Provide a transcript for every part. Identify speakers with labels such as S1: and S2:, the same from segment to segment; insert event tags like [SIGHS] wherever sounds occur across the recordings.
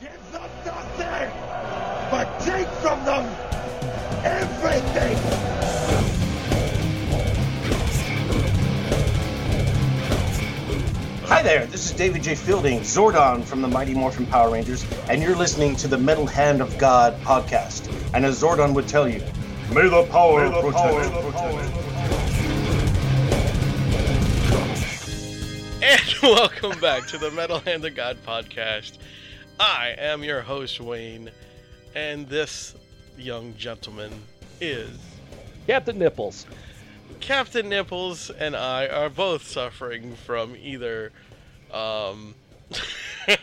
S1: Give them nothing, but take from them everything.
S2: Hi there, this is David J. Fielding, Zordon from the Mighty Morphin Power Rangers, and you're listening to the Metal Hand of God podcast. And as Zordon would tell you, may the power protect.
S3: And [LAUGHS] welcome back to the Metal Hand of God podcast. I am your host, Wayne, and this young gentleman is
S4: Captain Nipples.
S3: Captain Nipples, and I are both suffering from either. Um, [LAUGHS] fuck-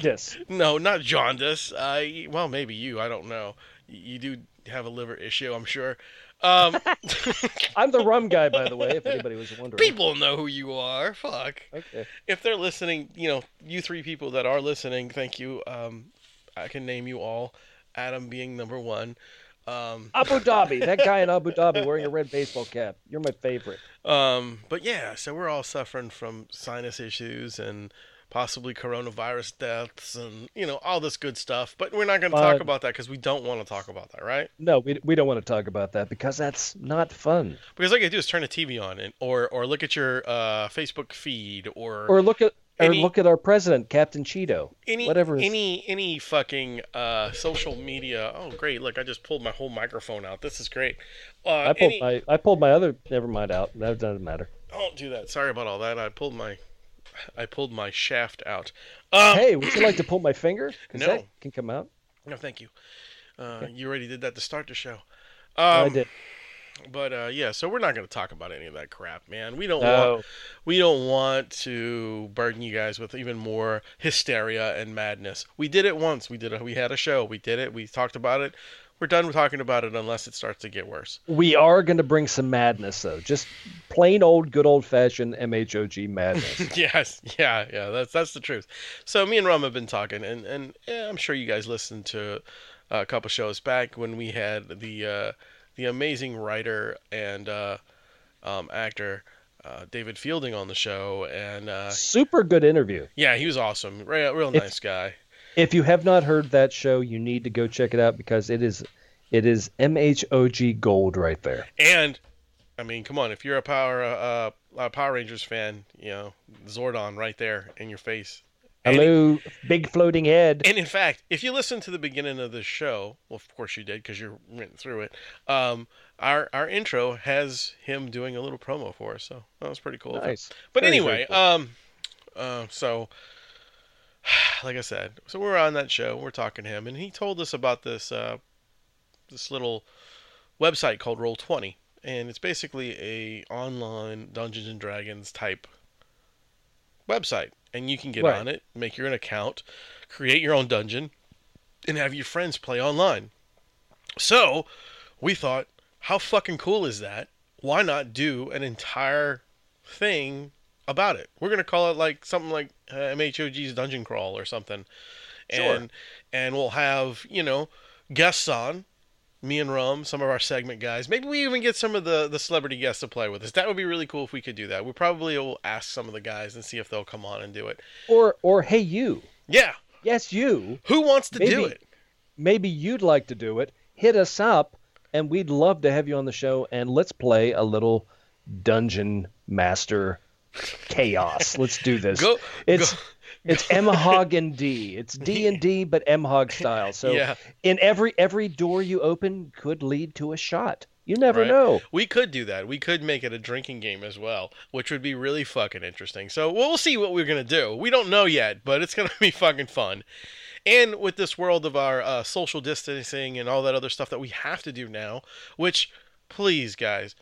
S4: Jaundice.
S3: no, not jaundice. I well, maybe you. I don't know. You do have a liver issue, I'm sure. Um, [LAUGHS]
S4: I'm the rum guy, by the way, if anybody was wondering.
S3: people know who you are. Fuck.
S4: Okay.
S3: if they're listening, you know, you three people that are listening, thank you. Um, I can name you all. Adam being number one. Um,
S4: Abu Dhabi, that guy in Abu Dhabi wearing a red baseball cap. You're my favorite.
S3: um, but yeah, so we're all suffering from sinus issues and possibly coronavirus deaths and you know all this good stuff. But we're not going to talk
S4: Fun.
S3: about that because we don't want to talk about that, right?
S4: No, we, we don't want to talk about that because that's not fun.
S3: Because all you can do is turn the TV on and or or look at your uh, Facebook feed or
S4: Or look at or
S3: Any-
S4: look at our president, Captain Cheeto.
S3: any
S4: whatever is-
S3: any any fucking uh social media oh great look i just pulled my whole microphone out this is great uh
S4: I pulled
S3: any-
S4: my I pulled my other never mind out. That doesn't matter.
S3: don't do that sorry about all that i pulled my i pulled my shaft out um
S4: Hey, would you like to pull
S3: [CLEARS THROAT]
S4: my finger? 'Cause
S3: No.
S4: that can come out.
S3: no thank you uh you already did that to start the show um
S4: I did.
S3: but uh yeah so we're not going to talk about any of that crap man we don't want
S4: No.
S3: we don't want to burden you guys with even more hysteria and madness. We did it once. We did a, we had a show. We did it. We talked about it. We're done with talking about it unless it starts to get worse. [LAUGHS]
S4: We are going to bring some madness though. Just plain old good old fashioned MHOG
S3: [LAUGHS]
S4: madness.
S3: yes, yeah, yeah. That's that's the truth. So me and Rum have been talking, and and eh, I'm sure you guys listened to a couple shows back when we had the uh, the amazing writer and uh, um, actor uh, David Fielding on the show, and uh,
S4: Super good interview.
S3: yeah, he was awesome. Real, real
S4: It's-
S3: nice guy.
S4: If you have not heard that show, you need to go check it out because it is it is MHOG gold right there.
S3: And I mean, come on, if you're a Power uh, a Power Rangers fan, you know Zordon right there in your face. And-
S4: Hello, big floating head.
S3: And in fact, if you listen to the beginning of the show, well, of course you did because you went through it. Um, our our intro has him doing a little promo for us, so that was pretty cool. of him.
S4: Nice.
S3: But
S4: Very,
S3: anyway,
S4: very cool.
S3: um, uh, so [SIGHS] like I said, so we're on that show. We're talking to him, and he told us about this uh, this little website called Roll Twenty, and it's basically a online Dungeons and Dragons type website, and you can get
S4: Right.
S3: on it, make your own account, create your own dungeon, and have your friends play online. So we thought, how fucking cool is that? Why not do an entire thing about it? We're gonna call it like something like uh, MHOG's Dungeon Crawl or something, and and we'll have you know guests on. Me and Rum, some of our segment guys. Maybe we even get some of the, the celebrity guests to play with us. That would be really cool if we could do that. We probably will ask some of the guys and see if they'll come on and do it.
S4: Or or hey you.
S3: Yeah,
S4: Yes you.
S3: who wants to do
S4: Maybe.
S3: it?
S4: Maybe you'd like to do it. Hit us up and we'd love to have you on the show and let's play a little dungeon master chaos. Let's do
S3: [LAUGHS]
S4: this.
S3: Go.
S4: It's
S3: go-
S4: it's MHOG and D. It's D and
S3: [LAUGHS]
S4: D, but MHOG style. So
S3: Yeah.
S4: in every every door you open could lead to a shot. You never
S3: Right.
S4: know.
S3: We could do that. We could make it a drinking game as well, which would be really fucking interesting. So we'll see what we're gonna do. We don't know yet, but it's gonna [LAUGHS] be fucking fun. And with this world of our uh, social distancing and all that other stuff that we have to do now, which, please, guys,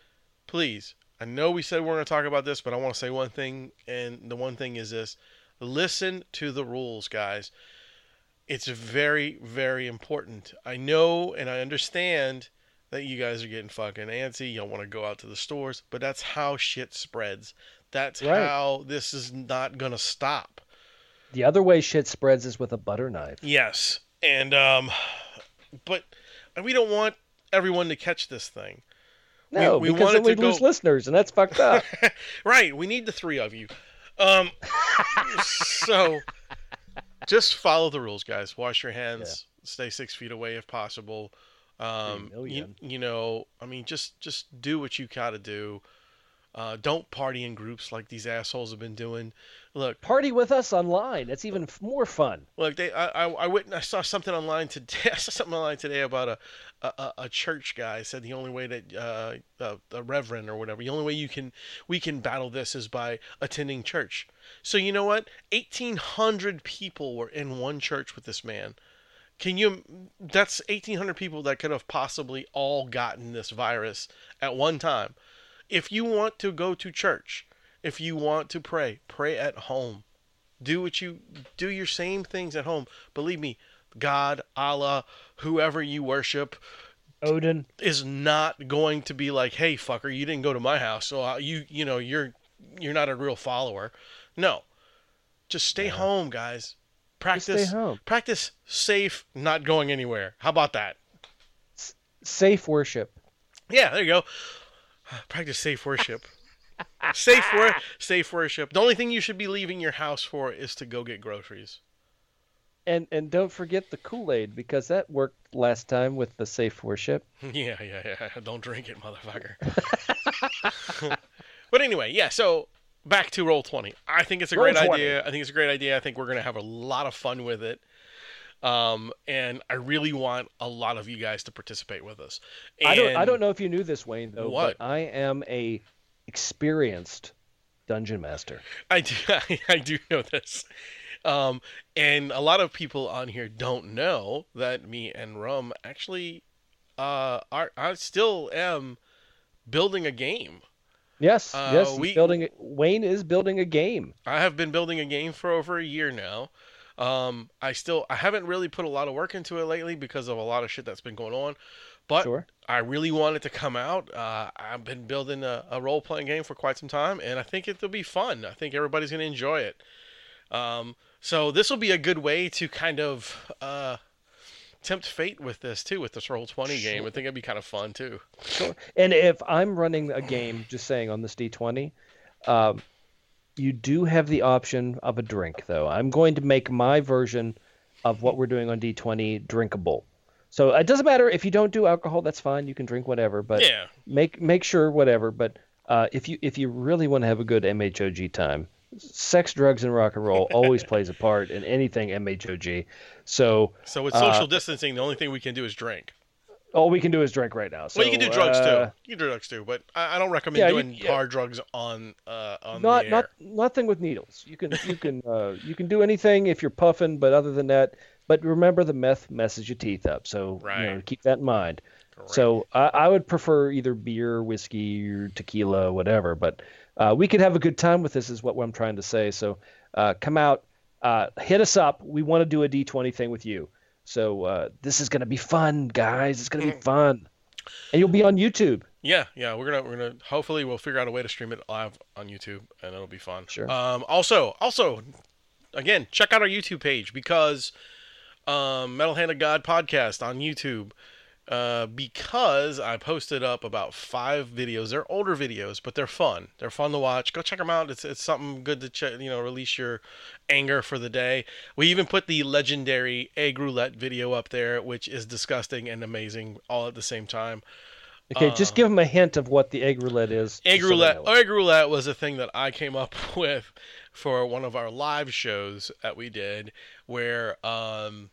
S3: please. I know we said we're gonna talk about this, but I want to say one thing, and the one thing is this: listen to the rules, guys. It's very, very important. I know and I understand that you guys are getting fucking antsy. You don't want to go out to the stores, but that's how shit spreads. That's
S4: Right.
S3: how this is not going to stop.
S4: The other way shit spreads is with a butter knife.
S3: Yes. And, um, but we don't want everyone to catch this thing. We-
S4: No,
S3: we
S4: because
S3: wanted
S4: then we'd
S3: to
S4: lose
S3: go-
S4: listeners, and that's fucked
S3: [LAUGHS]
S4: up.
S3: Right. We need the three of you. Um, so just follow the rules, guys. Wash your hands. Stay six feet away if possible. Um, you,
S4: million.
S3: you know, I mean, just just do what you gotta do. Uh, don't party in groups like these assholes have been doing. Look,
S4: Party with us online. That's even f- more fun.
S3: Look, they, I, I, I went. and I saw something online today. [LAUGHS] I saw something online today about a, a- a, a church guy said the only way that uh, a, a reverend or whatever, the only way you can, we can battle this is by attending church. So you know what? Eighteen hundred people were in one church with this man. Can you? That's eighteen hundred people that could have possibly all gotten this virus at one time. If you want to go to church, if you want to pray, pray at home do what you do your same things at home believe me god allah whoever you worship
S4: Odin,
S3: is not going to be like hey fucker you didn't go to my house so uh, you you know you're you're not a real follower no just stay home guys practice
S4: home.
S3: practice safe not going anywhere how about that
S4: safe worship.
S3: yeah, there you go. [SIGHS] Practice safe worship. safe wor- safe worship. The only thing you should be leaving your house for is to go get groceries.
S4: And and don't forget the Kool-Aid because that worked last time with the safe worship.
S3: [LAUGHS] Yeah, yeah, yeah. Don't drink it,
S4: [LAUGHS]
S3: motherfucker. [LAUGHS] but anyway, yeah, so back to roll 20. I think it's a
S4: Roll
S3: great
S4: 20.
S3: idea. I think it's a great idea. I think we're going to have a lot of fun with it. Um, and I really want a lot of you guys to participate with us. And
S4: I don't I don't know if you knew this Wayne though,
S3: What?
S4: but I am a experienced dungeon master.
S3: I do, [LAUGHS] I, do know this. Um, and a lot of people on here don't know that me and Rum actually uh, are. I still am building a game.
S4: Yes,
S3: Uh,
S4: yes, he's
S3: we-
S4: building Wayne is building a game.
S3: I have been building a game for over a year now. Um, I still I haven't really put a lot of work into it lately because of a lot of shit that's been going on, but
S4: Sure.
S3: I really want it to come out. Uh, I've been building a, a role playing game for quite some time, and I think it'll be fun. I think everybody's gonna enjoy it. Um, so this will be a good way to kind of uh, tempt fate with this too, with this roll twenty game. I think it'd be kind of fun too.
S4: And if I'm running a game, just saying on this D20, um, you do have the option of a drink, though. I'm going to make my version of what we're doing on D20 drinkable. So it doesn't matter if you don't do alcohol, that's fine. You can drink whatever, but
S3: Yeah.
S4: make make sure whatever. But uh, if you if you really want to have a good MHOG time, sex, drugs, and rock and roll
S3: [LAUGHS]
S4: always plays a part in anything MHOG. So
S3: So with social distancing, the only thing we can do is drink.
S4: all we can do is drink right now. So,
S3: well, you can do drugs
S4: uh,
S3: too. You can do drugs too, but I, I don't recommend
S4: Yeah, you-
S3: doing
S4: yeah.
S3: hard drugs on uh on
S4: not
S3: the air.
S4: not nothing with needles. You can you can uh, you can do anything if you're puffing, but other than that, but remember the meth messes your teeth up. So you know,
S3: Right.
S4: keep that in mind. So I, I would prefer either beer, whiskey, or tequila, whatever. But uh, we could have a good time with this, is what I'm trying to say. So uh, come out, uh, hit us up. We want to do a D20 thing with you. So uh, this is gonna be fun, guys. It's
S3: Mm.
S4: gonna be fun, and you'll be on YouTube.
S3: Yeah, yeah, we're gonna we're gonna hopefully we'll figure out a way to stream it live on YouTube and it'll be fun.
S4: Sure.
S3: Um also also again, check out our YouTube page because um Metal Hand of God podcast on YouTube. Uh, because I posted up about five videos. They're older videos, but they're fun. They're fun to watch. Go check them out. It's it's something good to check. You know, release your anger for the day. We even put the legendary egg roulette video up there, which is disgusting and amazing all at the same time.
S4: Okay, just give them a hint of what the egg roulette is.
S3: Um, Egg
S4: just so they
S3: roulette.
S4: know it.
S3: Egg roulette was a thing that I came up [LAUGHS] with for one of our live shows that we did, where um,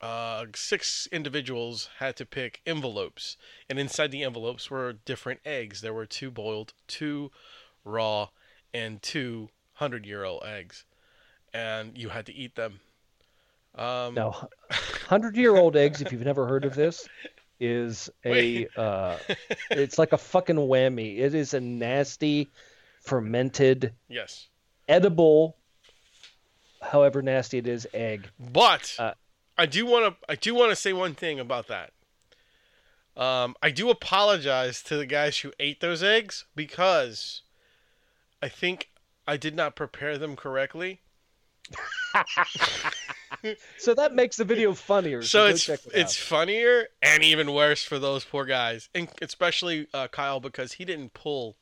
S3: uh, six individuals had to pick envelopes, and inside the envelopes were different eggs. There were two boiled, two raw, and two hundred-year-old eggs, and you had to eat them. Um,
S4: Now, hundred year old eggs, if you've never heard of this, is a uh, it's like a fucking whammy. It is a nasty, fermented,
S3: Yes,
S4: edible, however nasty it is, egg.
S3: But
S4: Uh,
S3: I do want to I do want to say one thing about that. Um, I do apologize to the guys who ate those eggs because I think I did not prepare them correctly.
S4: So that makes the video funnier.
S3: So
S4: So, go
S3: it's
S4: check it
S3: it's
S4: out.
S3: funnier and even worse for those poor guys, and especially uh, Kyle because he didn't pull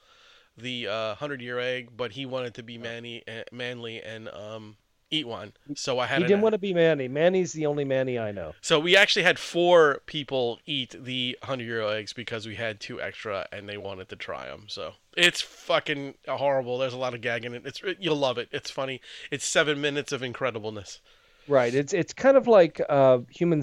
S3: the uh, hundred year egg, but he wanted to be manly, manly eh, and um, eat one. So I had.
S4: He didn't want to be Manny. Manny's the only Manny I know.
S3: So we actually had four people eat the hundred euro eggs because we had two extra, and they wanted to try them. So it's fucking horrible. There's a lot of gag in it. It's you'll love it. It's funny. It's seven minutes of incredibleness.
S4: Right. It's it's kind of like uh, human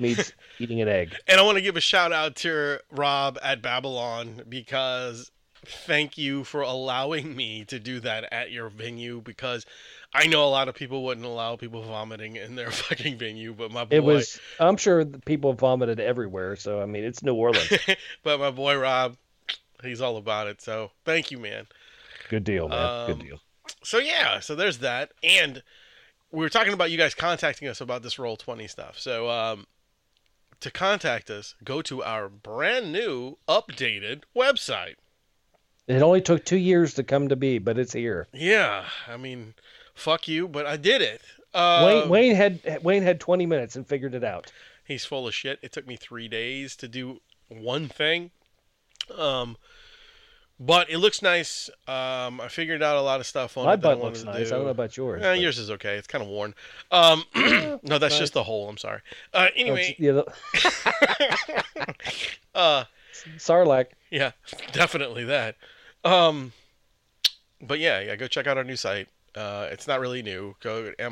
S3: [LAUGHS]
S4: meets eating an egg.
S3: And I want to give a shout out to Rob at Babylon because thank you for allowing me to do that at your venue because I know a lot of people wouldn't allow people vomiting in their [LAUGHS] fucking venue, but my boy
S4: It was I'm sure people vomited everywhere, so I mean it's
S3: [LAUGHS]
S4: New Orleans.
S3: but my boy Rob, he's all about it. So thank you, man.
S4: Good deal, man. Um, Good deal.
S3: So yeah, so there's that. And we were talking about you guys contacting us about this roll 20 stuff. So um to contact us, go to our brand new updated website.
S4: It only took two years to come to be, but it's here.
S3: Yeah, I mean, fuck you, but I did it. Um,
S4: Uh, Wayne, Wayne had Wayne had 20 minutes and figured it out.
S3: He's full of shit. It took me three days to do one thing, um, but it looks nice. Um, I figured out a lot of stuff on
S4: my
S3: it
S4: butt looks nice. Do. I don't know about yours.
S3: Eh, yours is okay. It's kind of worn. Um, [CLEARS THROAT] no, that's nice. just the hole. I'm sorry. Uh, anyway, oh, yeah, [LAUGHS] the...
S4: uh, Sarlacc.
S3: Yeah, [LAUGHS] definitely that. Um, but yeah, yeah, go check out our new site. Uh, it's not really new. Go to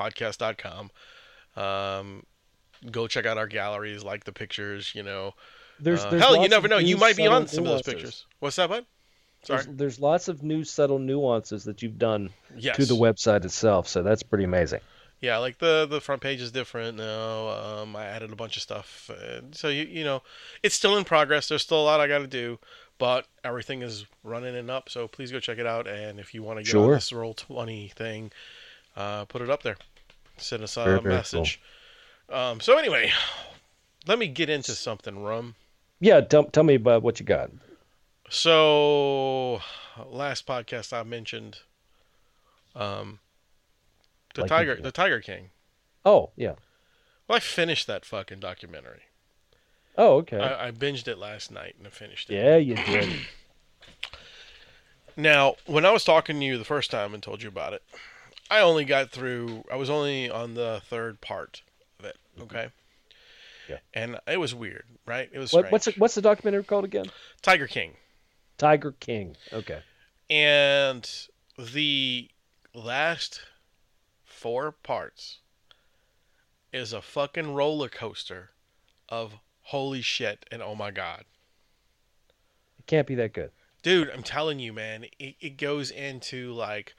S3: mhogpodcast.com. Um, go check out our galleries, like the pictures, you know.
S4: There's,
S3: uh,
S4: there's
S3: hell, you never know. You might be on some nuances. of those pictures. What's that, bud? Sorry.
S4: There's, there's lots of new subtle nuances that you've done
S3: yes.
S4: to the website itself, so that's pretty amazing.
S3: Yeah, like the the front page is different now. Um, I added a bunch of stuff, uh, so you you know, it's still in progress. There's still a lot I got to do, but everything is running and up. So please go check it out. And if you want to get sure. on this roll twenty thing, uh, put it up there. Send us a very, message. Very cool. um, so anyway, let me get into something, Rum.
S4: Yeah, tell tell me about what you got.
S3: So last podcast I mentioned, um, the
S4: Like
S3: tiger,
S4: you-
S3: the Tiger King.
S4: Oh yeah.
S3: Well, I finished that fucking documentary.
S4: Oh okay.
S3: I, I binged it last night and I finished it.
S4: yeah, you did.
S3: Now, when I was talking to you the first time and told you about it, I only got through. I was only on the third part of it. Okay.
S4: Mm-hmm. Yeah.
S3: And it was weird, right? It was
S4: What,
S3: strange.
S4: what's it, what's the documentary called again?
S3: Tiger King,
S4: Tiger King. Okay.
S3: and the last four parts is a fucking roller coaster of holy shit and oh my god.
S4: It can't be that good.
S3: dude i'm telling you man it, it goes into like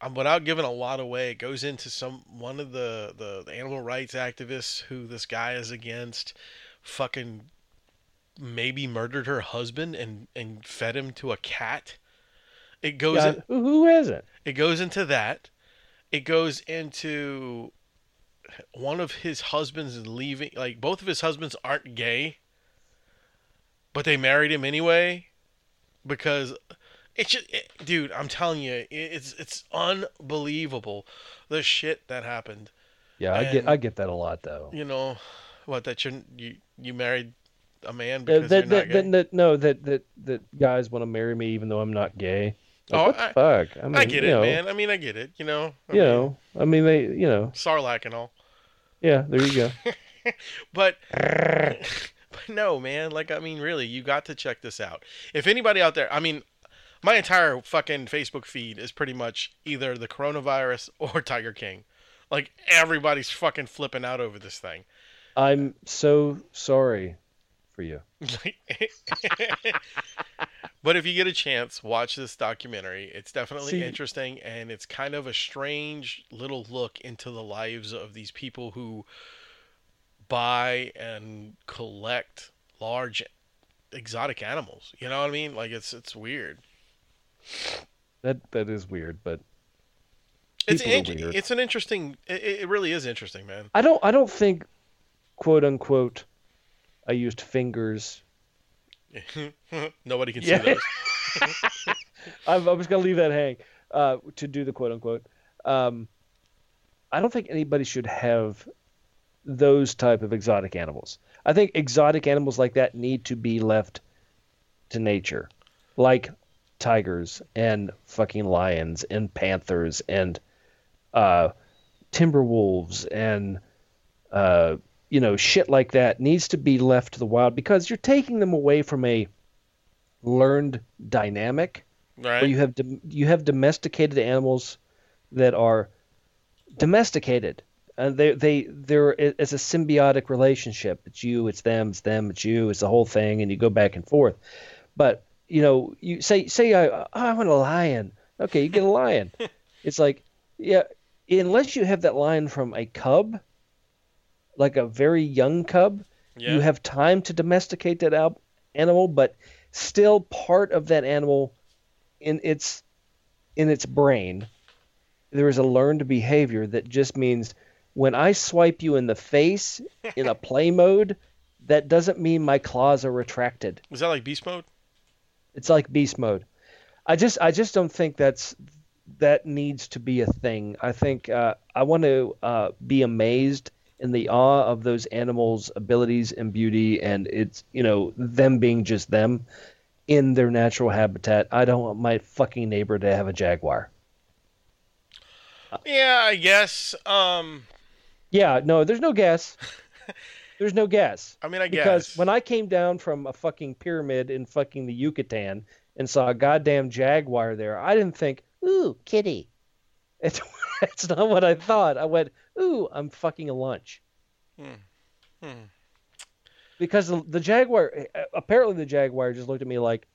S3: i'm without giving a lot away it goes into some one of the, the the animal rights activists who this guy is against fucking maybe murdered her husband and and fed him to a cat it goes
S4: Yeah,
S3: in-
S4: who, who isn't?
S3: it goes into that it goes into one of his husbands leaving like both of his husbands aren't gay but they married him anyway because it's just it, dude i'm telling you it, it's it's unbelievable the shit that happened
S4: Yeah, I get
S3: And-
S4: I get that a lot though.
S3: you know what that you're, you you married a man
S4: Uh,
S3: because
S4: That,
S3: you're not
S4: that,
S3: gay
S4: that, that, no, that, that that guys want to marry me even though I'm not gay. Like,
S3: Oh,
S4: what the
S3: I-
S4: fuck? I, mean,
S3: i get
S4: you
S3: it
S4: know,
S3: man i mean i get it you know I
S4: You
S3: mean,
S4: know, I mean, they, you know,
S3: sarlacc and all
S4: yeah. There
S3: [LAUGHS]
S4: you go.
S3: But, but no, man. Like, I mean, really, you got to check this out. If anybody out there, I mean, my entire fucking Facebook feed is pretty much either the coronavirus [LAUGHS] or Tiger King. Like, everybody's fucking flipping out over this thing.
S4: I'm so sorry for you.
S3: but if you get a chance, watch this documentary. It's definitely
S4: See-
S3: interesting and it's kind of a strange little look into the lives of these people who buy and collect large exotic animals. You know what I mean? Like it's it's weird.
S4: That that is weird, but
S3: It's
S4: People are
S3: an, int-
S4: weird.
S3: it's an interesting it, it really is interesting, man. [LAUGHS]
S4: I don't I don't think, quote unquote, I used fingers.
S3: Nobody can
S4: Yeah.
S3: see
S4: [LAUGHS]
S3: those.
S4: I, I was gonna leave that hang uh, to do the quote unquote. Um, I don't think anybody should have those type of exotic animals. I think exotic animals like that need to be left to nature, like tigers and fucking lions and panthers and uh, Timberwolves and uh, you know shit like that needs to be left to the wild because you're taking them away from a learned dynamic
S3: Right.
S4: where you have dom- you have domesticated animals that are domesticated. Uh, they they they're it- it's a symbiotic relationship. It's you, it's them, it's them, it's you, it's the whole thing, and you go back and forth. But you know, you say say I oh, I want a lion. Okay, you get a lion. it's like yeah, unless you have that lion from a cub, like a very young cub,
S3: yeah.
S4: you have time to domesticate that al- animal, but still part of that animal in its in its brain, there is a learned behavior that just means when I swipe you in the face in a play mode, that doesn't mean my claws are retracted.
S3: Is that like beast mode?
S4: It's like beast mode. I just I just don't think that's that needs to be a thing. I think uh, I want to uh, be amazed in the awe of those animals' abilities and beauty, and it's you know them being just them in their natural habitat. I don't want my fucking neighbor to have a jaguar.
S3: Yeah, I guess. Um,
S4: Yeah, no, there's no gas. There's no gas.
S3: I mean, I
S4: Because
S3: guess.
S4: when I came down from a fucking pyramid in fucking the Yucatan and saw a goddamn jaguar there, I didn't think, ooh, kitty. [LAUGHS] It's, that's not what I thought. I went, ooh, I'm fucking a lunch.
S3: Hmm. Hmm.
S4: Because the, the jaguar, eh, apparently the jaguar just looked at me like,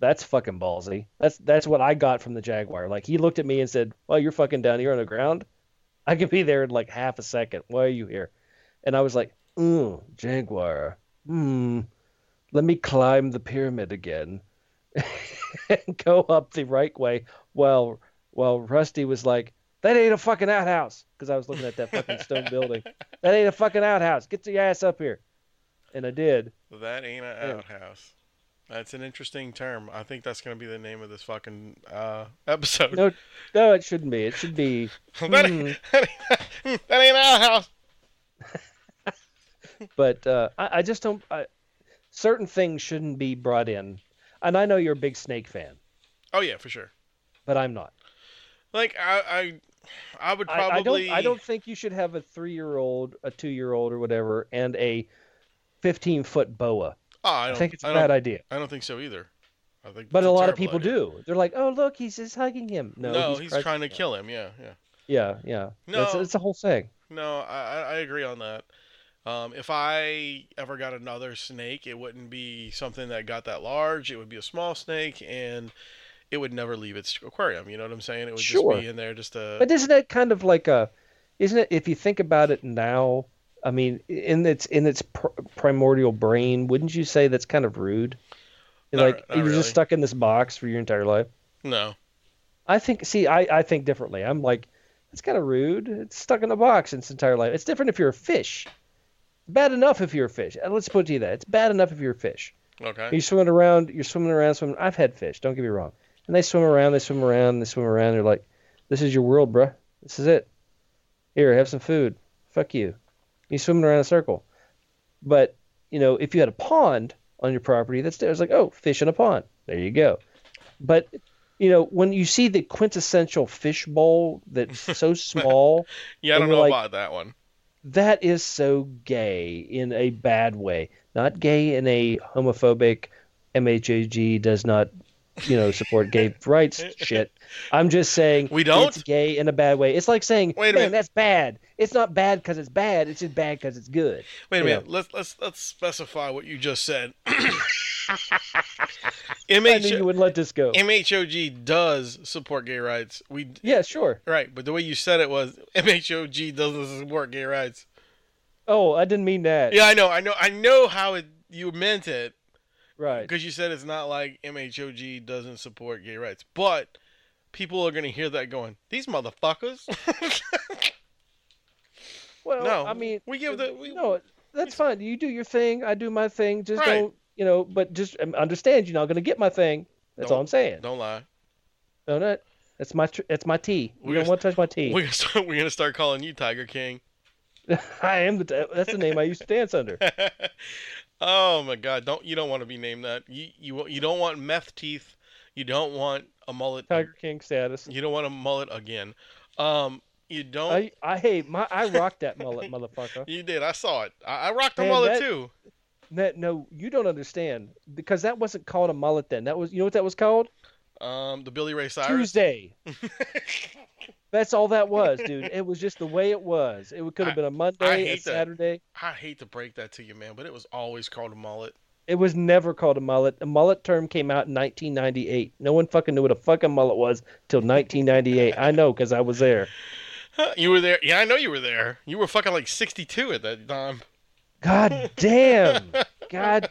S4: that's fucking ballsy. That's that's what I got from the jaguar. Like he looked at me and said, "Well, you're fucking down here on the ground. I could be there in like half a second. Why are you here?" And I was like, "Ooh, jaguar. Hmm. Let me climb the pyramid again [LAUGHS] and go up the right way." Well, well, Rusty was like, "That ain't a fucking outhouse," because I was looking at that fucking stone building. That ain't a fucking outhouse. Get your ass up here. And I did.
S3: that ain't an
S4: Yeah.
S3: outhouse. That's an interesting term. I think that's gonna be the name of this fucking uh, [LAUGHS] episode.
S4: No, Mm-hmm. no, it shouldn't be. It should be.
S3: that, ain't, [LAUGHS] that, ain't, that ain't an outhouse.
S4: but uh, I, I just don't. I, certain things shouldn't be brought in, and I know you're a big snake fan,
S3: Oh yeah, for sure.
S4: but I'm not.
S3: Like I, I, I would
S4: I-
S3: probably.
S4: I, don't. I don't think you should have a three-year-old, a two-year-old, or whatever, and a fifteen-foot boa.
S3: Oh, I
S4: I,
S3: don't.
S4: think it's a
S3: I
S4: bad
S3: don't,
S4: idea.
S3: I don't think so either. I think.
S4: But
S3: it's
S4: a lot of
S3: terrible
S4: people
S3: idea.
S4: do. They're like, "Oh, look, he's just hugging him." No,
S3: No, he's, trying to kill him. Yeah, yeah.
S4: Yeah, yeah.
S3: No.
S4: it's, it's a whole thing.
S3: No, I, I I agree on that. Um, if I ever got another snake, it wouldn't be something that got that large. It would be a small snake, and it would never leave its aquarium. You know what I'm saying? It would
S4: Sure.
S3: just be in there, just a.
S4: But isn't it kind of like a, isn't it? If you think about it now, I mean, in its in its pr- primordial brain, wouldn't you say that's kind of rude?
S3: Not-
S4: like
S3: not
S4: you're
S3: really.
S4: just stuck in this box for your entire life.
S3: no.
S4: I think. See, I I think differently. I'm like, that's kind of rude. It's stuck in a box its entire life. It's different if you're a fish. Bad enough if you're a fish. Uh, Let's put it to you that it's bad enough if you're a fish.
S3: Okay.
S4: You're swimming around. You're swimming around. Swimming. I've had fish. Don't get me wrong. And they swim around. They swim around. They swim around. They're like, "This is your world, bruh. This is it. Here, have some food. Fuck you." You're swimming around in a circle. But you know, if you had a pond on your property, that's it's like, "Oh, fish in a pond. There you go." But you know, when you see the quintessential fish bowl that's so small
S3: Yeah, I don't
S4: and you're
S3: know
S4: like-
S3: about that one.
S4: that is so gay in a bad way. Not gay in a homophobic MHAG does not, you know, support gay rights shit. I'm just saying
S3: We don't?
S4: it's gay in a bad way. It's like saying,
S3: Wait a
S4: man,
S3: minute.
S4: that's bad. It's not bad because it's bad. It's just bad because it's good.
S3: Wait a
S4: Yeah.
S3: minute. Let's let's let's specify what you just
S4: [LAUGHS]
S3: said. [LAUGHS]
S4: I knew you
S3: MH-
S4: would let this go.
S3: MHOG does support gay rights. We
S4: yeah, sure.
S3: right, but the way you said it was [LAUGHS] MHOG doesn't support gay rights.
S4: Oh, I didn't mean that.
S3: Yeah, I know, I know, I know how it you meant it
S4: Right.
S3: because you said it's not like MHOG doesn't support gay rights, but people are gonna hear that going, these
S4: [LAUGHS]
S3: motherfuckers.
S4: Well,
S3: No,
S4: I mean,
S3: we give the- we-
S4: no. That's fine. You do your thing. I do my thing. Just
S3: Right.
S4: don't, you know. But just um, understand, you're not going to get my thing. That's all I'm saying.
S3: Don't lie.
S4: No, no, that's my tr- that's my tea. You
S3: We're
S4: don't
S3: gonna-
S4: want to touch my tea.
S3: We're gonna start. We're gonna start calling you Tiger King. [LAUGHS]
S4: [LAUGHS] I am the t- that's the name I used to dance under.
S3: oh my God! Don't you don't want to be named that. You you you don't want meth teeth. You don't want a mullet.
S4: Tiger King status.
S3: You don't want a mullet again. Um, You don't.
S4: I, I hey, my I rocked that
S3: [LAUGHS]
S4: mullet, motherfucker.
S3: you did. I saw it. I, I rocked a
S4: Man,
S3: mullet
S4: that-
S3: too.
S4: That, no, you don't understand because that wasn't called a mullet then. That was you know what that was called
S3: Um, the Billy Ray Cyrus. [LAUGHS]
S4: Tuesday. That's all that was, dude. It was just the way it was. It could
S3: I-
S4: have been a
S3: I
S4: Monday, a
S3: hate that.
S4: Saturday.
S3: I hate to break that to you, man, but it was always called a mullet.
S4: It was never called a mullet. The mullet term came out in 1998. No one fucking knew what a fucking mullet was till 1998. I know because I was there.
S3: You were there. Yeah, I know you were there. You were fucking like 62 at that time.
S4: God damn. God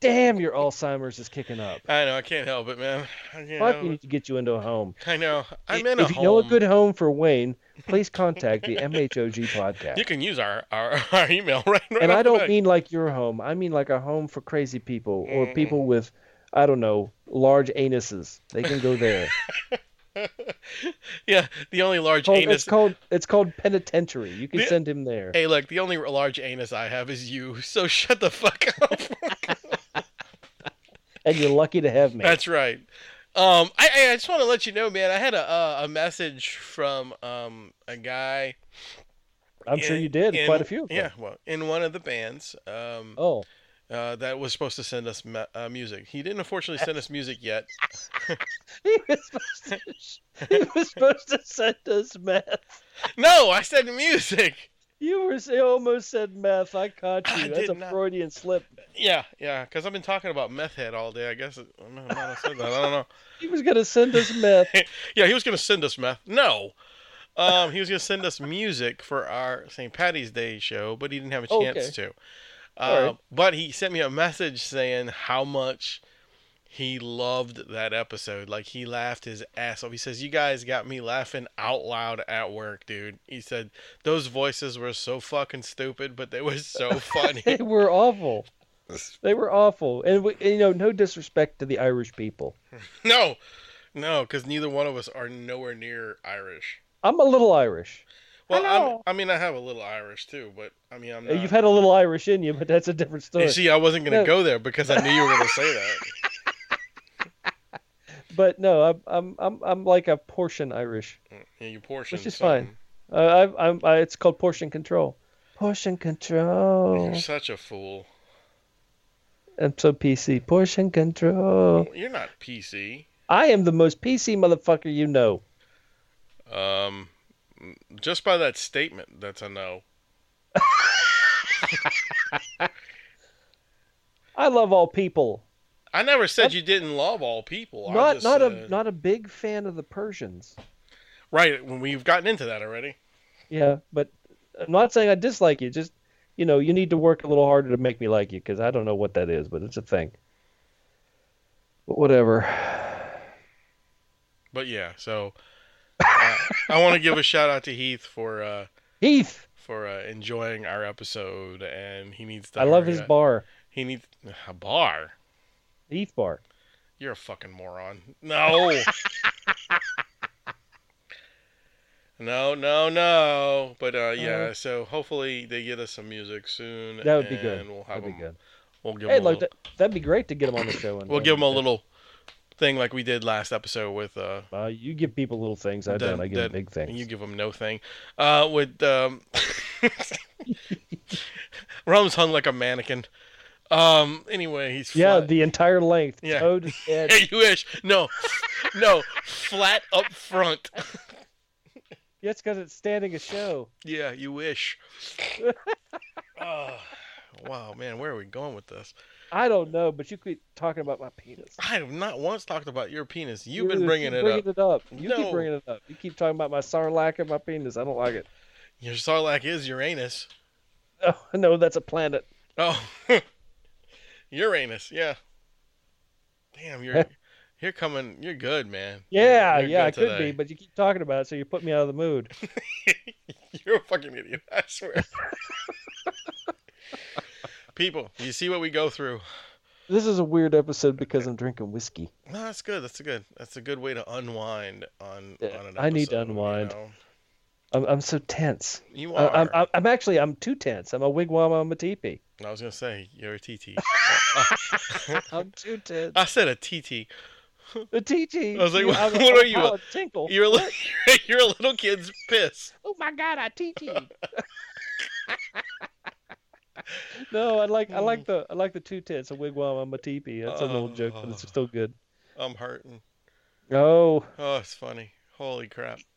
S4: damn, your Alzheimer's is kicking up.
S3: I know. I can't help it, man. You
S4: Fuck, we
S3: know,
S4: need to get you into a home.
S3: I know. I'm in a
S4: if you know a
S3: home.
S4: good home for Wayne, please contact the MHOG podcast.
S3: You can use our, our, [LAUGHS] our email right, right
S4: and
S3: off
S4: I
S3: the
S4: don't
S3: bat.
S4: mean like your home. I mean like a home for crazy people
S3: Mm.
S4: or people with, I don't know, large anuses. They can go there.
S3: [LAUGHS] Yeah, the only large
S4: Called-
S3: anus.
S4: It's called it's called penitentiary. You can
S3: The-
S4: send him there.
S3: Hey, look, the only large anus I have is you, [LAUGHS] so shut the fuck
S4: [LAUGHS]
S3: up.
S4: and you're lucky to have me.
S3: That's right. Um, I, I- I just want to let you know, man. I had a uh, a message from um a guy.
S4: I'm sure
S3: in-
S4: you did.
S3: in-
S4: Quite a few. of them.
S3: Yeah, well, in one of the bands, um,
S4: Oh,
S3: uh, that was supposed to send us ma- uh, music. He didn't unfortunately send us music yet.
S4: [LAUGHS] he was supposed
S3: [LAUGHS]
S4: to. he was supposed to send us meth.
S3: No, I said music.
S4: You were you almost said meth. I caught
S3: I
S4: you. That's
S3: did
S4: a
S3: not.
S4: Freudian slip.
S3: Yeah, yeah, because I've been talking about meth head all day. I guess it, I, don't know how I said that. I don't know.
S4: He was gonna send us meth.
S3: [LAUGHS] Yeah, he was gonna send us meth. No. Um, he was gonna send us music for our St. Patty's Day show, but he didn't have a chance
S4: Oh, Okay.
S3: to.
S4: All
S3: Uh,
S4: right.
S3: But he sent me a message saying how much he loved that episode. Like he laughed his ass off. He says, "You guys got me laughing out loud at work, dude." He said those voices were so fucking stupid, but they were so
S4: [LAUGHS]
S3: funny. [LAUGHS]
S4: They were awful. They were awful. And we, you know, no disrespect to the Irish people.
S3: no, no, because neither one of us are nowhere near Irish.
S4: I'm a little Irish.
S3: Well, I'm,
S4: Hello.
S3: I mean, I have a little Irish too, but I mean, I'm
S4: Uh,
S3: not.
S4: You've had a little Irish in you, but that's a different
S3: You
S4: story.
S3: see, I wasn't going to
S4: No.
S3: go there because I knew you were going to say
S4: [LAUGHS]
S3: that.
S4: But no, I'm I'm I'm, I'm like a portion Irish.
S3: Yeah, you portioned.
S4: Which is
S3: something.
S4: Uh, I, I'm, I, it's called portion control. Portion control.
S3: You're such a fool.
S4: I'm so PC. Portion control.
S3: You're not PC.
S4: I am the most PC motherfucker you know.
S3: Um, just by that statement, that's a no.
S4: I love all people.
S3: I never said you didn't love all people. I
S4: Not
S3: just
S4: not a
S3: said-
S4: not a big fan of the Persians.
S3: right. When we've gotten into that already.
S4: Yeah, but I'm not saying I dislike you. Just you know, you need to work a little harder to make me like you because I don't know what that is, but it's a thing. But whatever.
S3: But yeah, so uh, I want to give a shout out to Heath for uh,
S4: Heath,
S3: for uh, enjoying our episode, and he needs to.
S4: I love
S3: hurry
S4: his
S3: up.
S4: bar.
S3: He needs a bar.
S4: Heath bar.
S3: You're a fucking moron.
S4: [LAUGHS]
S3: No. no, no, no. But uh, yeah,
S4: Uh.
S3: so hopefully they get us some music soon.
S4: That would be good.
S3: And we'll have
S4: That'd be
S3: them.
S4: good.
S3: We'll give
S4: Hey,
S3: them. a
S4: look,
S3: little,
S4: that, that'd be great to get him on the show. And
S3: we'll
S4: and-
S3: give them a little thing like we did last episode with uh.
S4: Uh, you give people little things. I
S3: That-
S4: don't. I give
S3: that-
S4: them big things.
S3: You give them no thing. Uh, with um. [LAUGHS] Rum's hung like a mannequin. Um. Anyway, he's
S4: yeah,
S3: flat.
S4: the entire length.
S3: Yeah.
S4: Toe to head.
S3: [LAUGHS] Hey, you wish. No, no, flat up front.
S4: Yeah, it's because it's standing a show.
S3: Yeah, you
S4: [LAUGHS]
S3: wish. Ah, wow, man, where are we going with this?
S4: I don't know, but you keep talking about my penis.
S3: I have not once talked about your penis. You've
S4: You
S3: been
S4: keep
S3: bringing it up.
S4: bringing it up. You
S3: No.
S4: keep bringing it up. You keep talking about my sarlacc and my penis. I don't like it. [LAUGHS]
S3: Your sarlacc is Uranus.
S4: Oh, no, that's a planet.
S3: Oh, [LAUGHS] Uranus. Yeah. Damn,
S4: [LAUGHS]
S3: you're you're coming. You're good, man.
S4: Yeah,
S3: You're
S4: yeah,
S3: good
S4: it could
S3: today.
S4: be, but you keep talking about it, so you put me out of the mood.
S3: [LAUGHS] You're a fucking idiot. I
S4: [LAUGHS]
S3: swear. People, you see what we go through.
S4: This is a weird episode because I'm drinking whiskey.
S3: No, that's good. That's a good. That's a good way to unwind on, on an
S4: Yeah,
S3: episode.
S4: I need to
S3: you
S4: unwind.
S3: know?
S4: I'm, I'm so tense.
S3: You,
S4: I-
S3: are.
S4: I'm, I'm, I'm actually I'm too tense. I'm a wigwam on a teepee.
S3: I was gonna say you're a TT.
S4: I'm too tense.
S3: I said a TT.
S4: the TT.
S3: I was like,
S4: You-
S3: what,
S4: I
S3: [LAUGHS] what
S4: like,
S3: are you?
S4: "Wow,
S3: a-
S4: a Tinkle.
S3: You're a, li- [LAUGHS] you're a little kid's piss.
S4: oh my god,
S3: [LAUGHS]
S4: I TT. [LAUGHS] no, I like
S3: Mm.
S4: I like the I like the two tits, a wigwam, I'm a teepee. That's an old joke,
S3: Oh.
S4: but it's still good.
S3: I'm hurting.
S4: Oh,
S3: Oh, it's funny. Holy crap.
S4: [LAUGHS]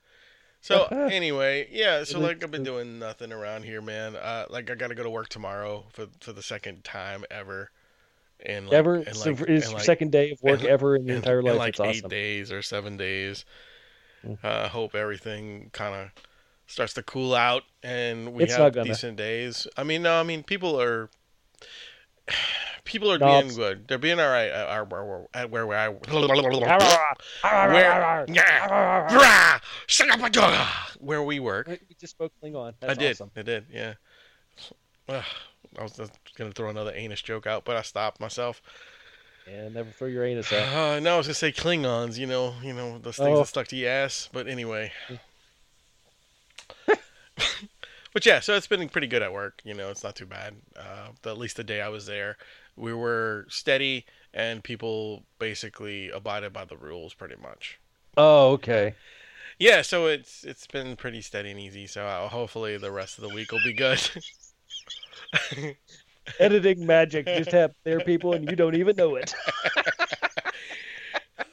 S3: So anyway, yeah. So
S4: Really
S3: like I've been
S4: good.
S3: doing nothing around here, man. Uh, like I gotta go to work tomorrow for for the second time ever. And like,
S4: ever
S3: and
S4: so
S3: like-
S4: for- it's
S3: and
S4: your
S3: like-
S4: second day of work
S3: and-
S4: ever in your
S3: in-
S4: entire
S3: in
S4: life.
S3: like
S4: it's
S3: eight
S4: [LAUGHS] awesome.
S3: days or seven days.
S4: Mm.
S3: Uh, hope everything kind of starts to cool out and we
S4: It's not
S3: have
S4: gonna.
S3: decent days. I mean, no, I mean people are [SIGHS] people are
S4: No,
S3: being
S4: it's-
S3: good. They're being all right at our where we're at where we're
S4: [LAUGHS]
S3: at.
S4: Where,
S3: Yeah. Rah! Shakabaga! where we work.
S4: you just spoke Klingon.
S3: I
S4: That's
S3: did.
S4: awesome.
S3: I did. Yeah. [SIGHS] Ugh, I was just gonna throw another anus joke out, but I stopped myself.
S4: And never throw your anus
S3: [GASPS]
S4: out.
S3: Uh, no, I was gonna say Klingons. You know, you know those things
S4: Oh.
S3: that stuck to your ass. But anyway. [LAUGHS] but yeah, so it's been pretty good at work. You know, it's not too bad. Uh, the- at least the day I was there, we were steady, and people basically abided by the rules pretty much.
S4: Oh, okay.
S3: Yeah, so it's it's been pretty steady and easy. So I'll, hopefully the rest of the week will be good. [LAUGHS]
S4: Editing magic
S3: [LAUGHS]
S4: just happened there, people, and you don't even know it.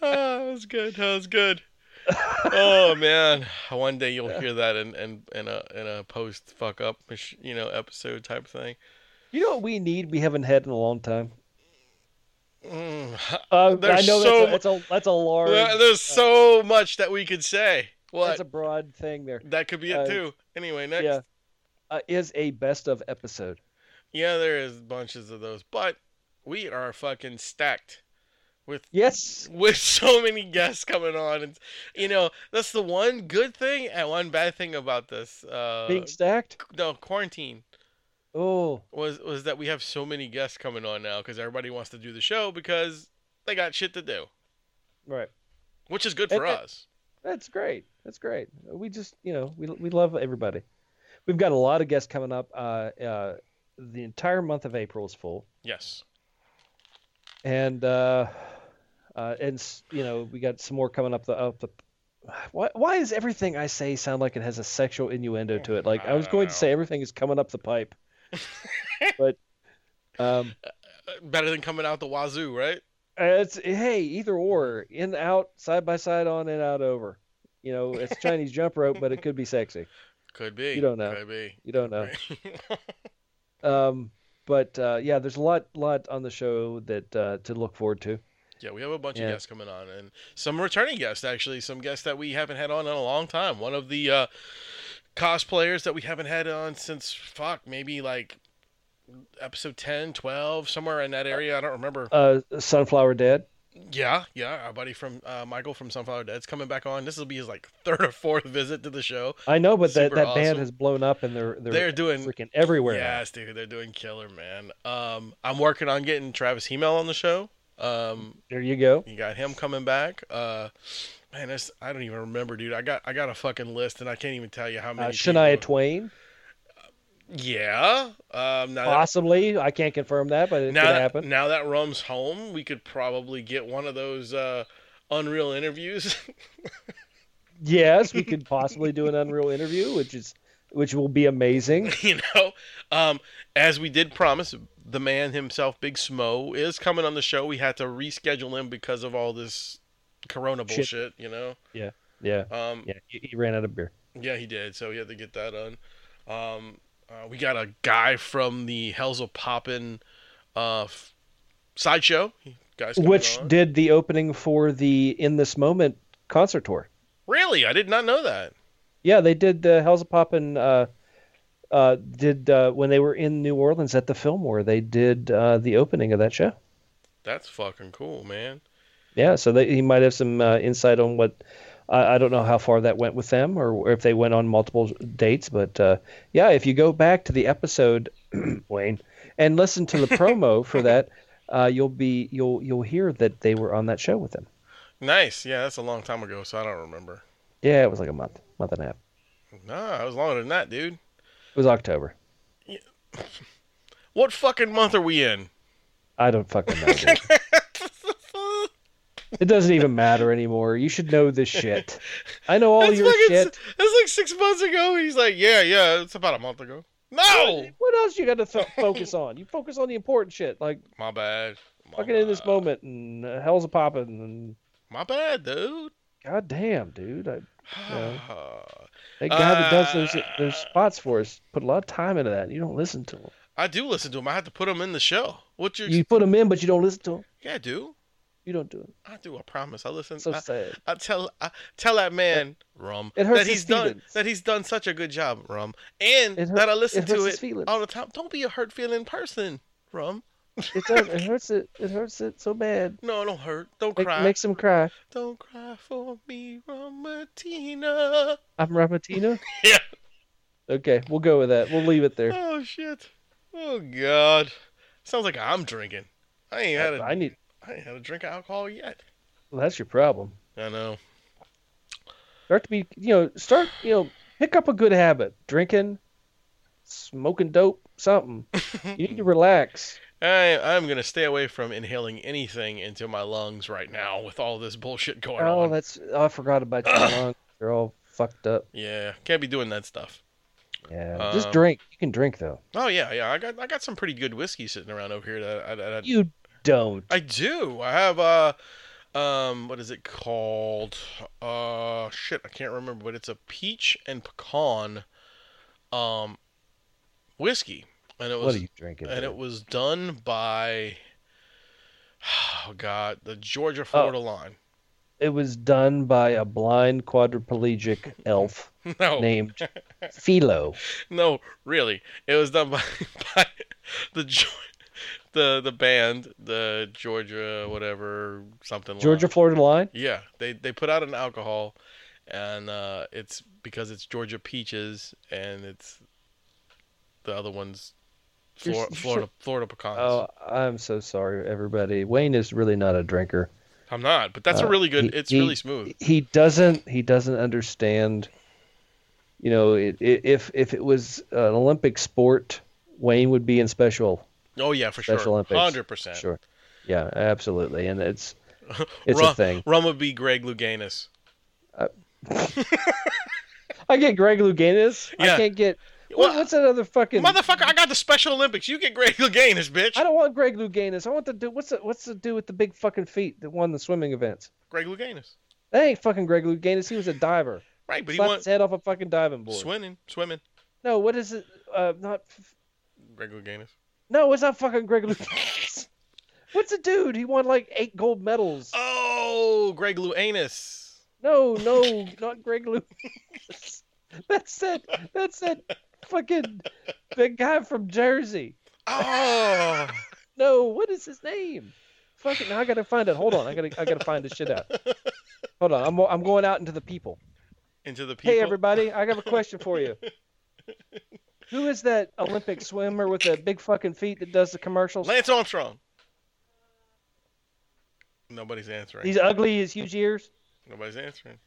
S3: oh, that was good. That was good.
S4: [LAUGHS]
S3: oh man, one day you'll hear that in in, in a in a post fuck up mach- you know episode type thing.
S4: You know what we need? We haven't had in a long time.
S3: Mm.
S4: Uh, I
S3: There's
S4: know
S3: so mu-
S4: that's, a, that's a that's a large.
S3: Well, There's so much that we could say.
S4: that's
S3: What
S4: a broad thing there.
S3: that could be
S4: uh,
S3: it too. Anyway, next.
S4: Yeah,
S3: Yeah.
S4: uh, is a best of episode.
S3: there is bunches of those, but we are fucking stacked with
S4: Yes,
S3: with [LAUGHS] so many guests coming on and you know that's the one good thing and one bad thing about this uh
S4: being stacked.
S3: no quarantine
S4: Oh,
S3: was was that we have so many guests coming on now because everybody wants to do the show because they got shit to do
S4: right.
S3: which is good for
S4: And-
S3: us
S4: That's great. That's great. We just, you know, we we love everybody. We've got a lot of guests coming up. Uh, uh, the entire month of April is full,
S3: yes
S4: and uh, uh, and s- you know, we got some more coming up the up the. Why, why does everything I say sound like it has a sexual innuendo to it? Like I was
S3: I
S4: going
S3: don't
S4: to say everything is coming up the
S3: [LAUGHS]
S4: pipe, but um,
S3: Uh, better than coming out the wazoo right
S4: Uh, it's hey either or in out side by side on and out over. You know,
S3: [LAUGHS]
S4: it's Chinese jump rope, but it could be sexy.
S3: could be
S4: You don't know.
S3: could be
S4: You don't know.
S3: [LAUGHS]
S4: Um, but uh, yeah, there's a lot, lot on the show that uh, to look forward to.
S3: yeah we have a bunch
S4: Yeah.
S3: of guests coming on and some returning guests actually some guests that we haven't had on in a long time one of the uh cosplayers that we haven't had on since fuck maybe like episode 10 12 somewhere in that area i don't remember
S4: Uh, Sunflower Dead.
S3: Yeah, yeah, our buddy from uh, Michael from Sunflower Dead's coming back on. This will be his like [LAUGHS] third or fourth visit to the show.
S4: I know, but that,
S3: Super
S4: that
S3: awesome.
S4: band has blown up and they're they're,
S3: They're doing
S4: freaking everywhere. now.
S3: yes, dude. They're doing killer, man. Um, I'm working on getting Travis Hemel on the show. Um,
S4: There you go.
S3: you got him coming back. Uh, man, that's, I don't even remember, dude. I got I got a fucking list, and I can't even tell you how
S4: Uh,
S3: many.
S4: Shania
S3: people-
S4: Twain,
S3: Yeah. Um, now that,
S4: possibly. I can't confirm that, but it
S3: now
S4: could
S3: that-
S4: happen.
S3: now that Rum's home, we could probably get one of those uh, Unreal interviews. [LAUGHS]
S4: Yes, we could possibly do an Unreal interview, which is which will be
S3: [LAUGHS]
S4: amazing.
S3: you know um, as we did promise the man himself big smo is coming on the show we had to reschedule him because of all this corona
S4: Shit.
S3: bullshit you know
S4: Yeah,
S3: um, yeah.
S4: yeah. He, he ran out of beer.
S3: he did so we had to get that on um, uh, we got a guy from the hells of poppin uh, f- sideshow guys coming
S4: Which
S3: on.
S4: did the opening for the In This Moment concert tour.
S3: really i did not know that
S4: Yeah, they did uh, Hell's a Poppin'. Uh, uh, did uh, when they were in New Orleans at the Fillmore, they did uh, the opening of that show.
S3: that's fucking cool man
S4: Yeah, so they, he might have some uh, insight on what. I I don't know how far that went with them, or if they went on multiple dates. But uh, yeah, if you go back to the episode, [CLEARS THROAT] Wayne, and listen to the promo for that, uh, you'll be you'll you'll hear that they were on that show with them.
S3: nice yeah that's a long time ago so i don't remember
S4: Yeah, it was like a month, month and a half.
S3: nah it was longer than that dude
S4: It was October.
S3: what fucking month are we in [LAUGHS]
S4: I don't fucking know. dude. It doesn't even matter anymore. You should know this shit. I know all
S3: That's
S4: your
S3: fucking s-
S4: shit.
S3: That's like six months ago. He's like, yeah, yeah, it's about a month ago. No,
S4: What else you got to th- focus on? You focus on the important shit, like
S3: my bad. My
S4: fucking in this
S3: bad.
S4: moment and uh, hell's a poppin' and
S3: My bad, dude. [SIGHS]
S4: god damn, dude. I, thank
S3: Uh,
S4: God that does those those spots for us. Put a lot of time into that. and You don't listen to them.
S3: I do listen to him. I have to put him in the show. What you?
S4: You put them in, but you don't listen to them.
S3: yeah, I do.
S4: You don't do it.
S3: I do. I promise. I listen.
S4: It's so
S3: I,
S4: sad.
S3: I tell I tell that man Rum
S4: it hurts
S3: that
S4: his
S3: he's done
S4: feelings.
S3: that he's done such a good job, Rum, and
S4: It hurt-
S3: that I listen
S4: it hurts
S3: to
S4: his
S3: it
S4: feelings.
S3: all the time. Don't be a hurt feeling person, Rum.
S4: It does. It hurts it. It hurts it so bad.
S3: No, don't hurt. Don't
S4: Make,
S3: cry.
S4: makes him cry.
S3: Don't cry for me, Rum Martina.
S4: I'm Rapatina.
S3: [LAUGHS] Yeah.
S4: Okay, we'll go with that. We'll leave it there.
S3: Oh shit. Oh god. Sounds like I'm drinking. I ain't had a
S4: I need.
S3: I ain't had a drink of alcohol yet.
S4: Well, that's your problem.
S3: I know.
S4: Start to be. You know. Start. You know. Pick up a good habit. Drinking, smoking dope,
S3: [LAUGHS]
S4: something. You need to relax.
S3: I I'm gonna stay away from inhaling anything into my lungs right now with all this bullshit going
S4: Oh,
S3: on.
S4: that's. Oh, I forgot
S3: [COUGHS]
S4: about your lungs. They're all fucked up.
S3: Yeah, can't be doing that stuff.
S4: Yeah. Just
S3: Um,
S4: drink. You can drink though.
S3: Oh yeah, yeah. I got I got some pretty good whiskey sitting around over here. That I, that I,
S4: You don't.
S3: I do. I have uh, um, what is it called? Uh, shit, I can't remember, but it's a peach and pecan, um, whiskey, and it was
S4: What are you drinking?
S3: and
S4: dude?
S3: it was done by, [SIGHS] oh god, the
S4: Oh.
S3: Georgia Florida line. [LAUGHS]
S4: it was done by a blind
S3: [LAUGHS]
S4: quadriplegic elf
S3: No,
S4: named
S3: [LAUGHS]
S4: Philo.
S3: no, really, it was done [LAUGHS] by, by the Geo- the the band, the Georgia whatever something. Line.
S4: Georgia Florida line.
S3: Yeah, they they put out an alcohol, and uh, it's because it's Georgia peaches, and it's the other ones,
S4: You're
S3: Flor-
S4: s- you're
S3: Florida Florida pecans.
S4: Oh, I'm so sorry, everybody. Wayne is really not a drinker.
S3: I'm not, but that's a
S4: uh,
S3: really good.
S4: he-
S3: it's
S4: he-
S3: really smooth.
S4: He doesn't. He doesn't understand. You know, it, it, if if it was an Olympic sport, Wayne would be in special.
S3: Oh yeah, for
S4: Special
S3: sure,
S4: Olympics.
S3: hundred percent.
S4: Sure. Yeah, absolutely. And
S3: [LAUGHS]
S4: it's it's
S3: Rum,
S4: a thing.
S3: Rum would be Greg Louganis.
S4: I get Greg Louganis.
S3: Yeah.
S4: I can't get.
S3: Well,
S4: What, what's that other fucking?
S3: Motherfucker, I got the Special Olympics. You get Greg Louganis, bitch.
S4: I don't want Greg Louganis. I want the dude. What's the what's the dude with the big fucking feet that won the swimming events?
S3: Greg Louganis.
S4: That ain't fucking Greg Louganis. He was a diver.
S3: Right, but he
S4: Slapped
S3: won
S4: his head off a fucking diving board.
S3: swimming, swimming.
S4: No, what is it? Uh, not.
S3: Greg Louganis.
S4: No, it's not fucking Greg Louganis. [LAUGHS] What's a dude? He won like eight gold medals.
S3: Oh, Greg Louganis.
S4: No, no, not Greg Louganis. [LAUGHS] That's that. That's that fucking big guy from Jersey. [LAUGHS]
S3: Oh.
S4: No, what is his name? Fuck it. Now I gotta find it. Hold on. I gotta. I gotta find this shit out. Hold on. I'm. I'm going out into the people.
S3: Into the people.
S4: Hey everybody, I have a question for
S3: [LAUGHS]
S4: you. Who is that Olympic swimmer with the big fucking feet that does the commercials?
S3: Lance Armstrong. Nobody's answering.
S4: He's ugly, his huge ears.
S3: Nobody's answering.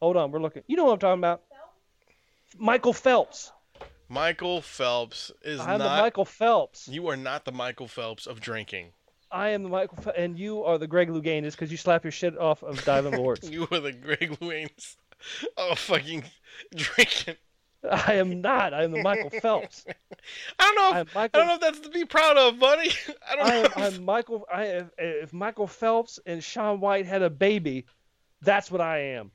S4: Hold on, we're looking. You know what I'm talking about? Michael Phelps.
S3: Michael Phelps is
S4: I'm
S3: not.
S4: the Michael Phelps.
S3: You are not the Michael Phelps of drinking.
S4: I am the Michael, Phe- and you are the Greg Louganis because you slap your shit off of diving
S3: [LAUGHS]
S4: boards.
S3: You are the Greg Louganis of fucking drinking.
S4: I am not. I am the Michael Phelps.
S3: I don't know. If,
S4: I am
S3: I
S4: Michael.
S3: don't know if that's to be proud of, buddy. [LAUGHS] I don't
S4: I
S3: know.
S4: am,
S3: if-
S4: I'm Michael. I am, if Michael Phelps and Sean White had a baby, that's what I am.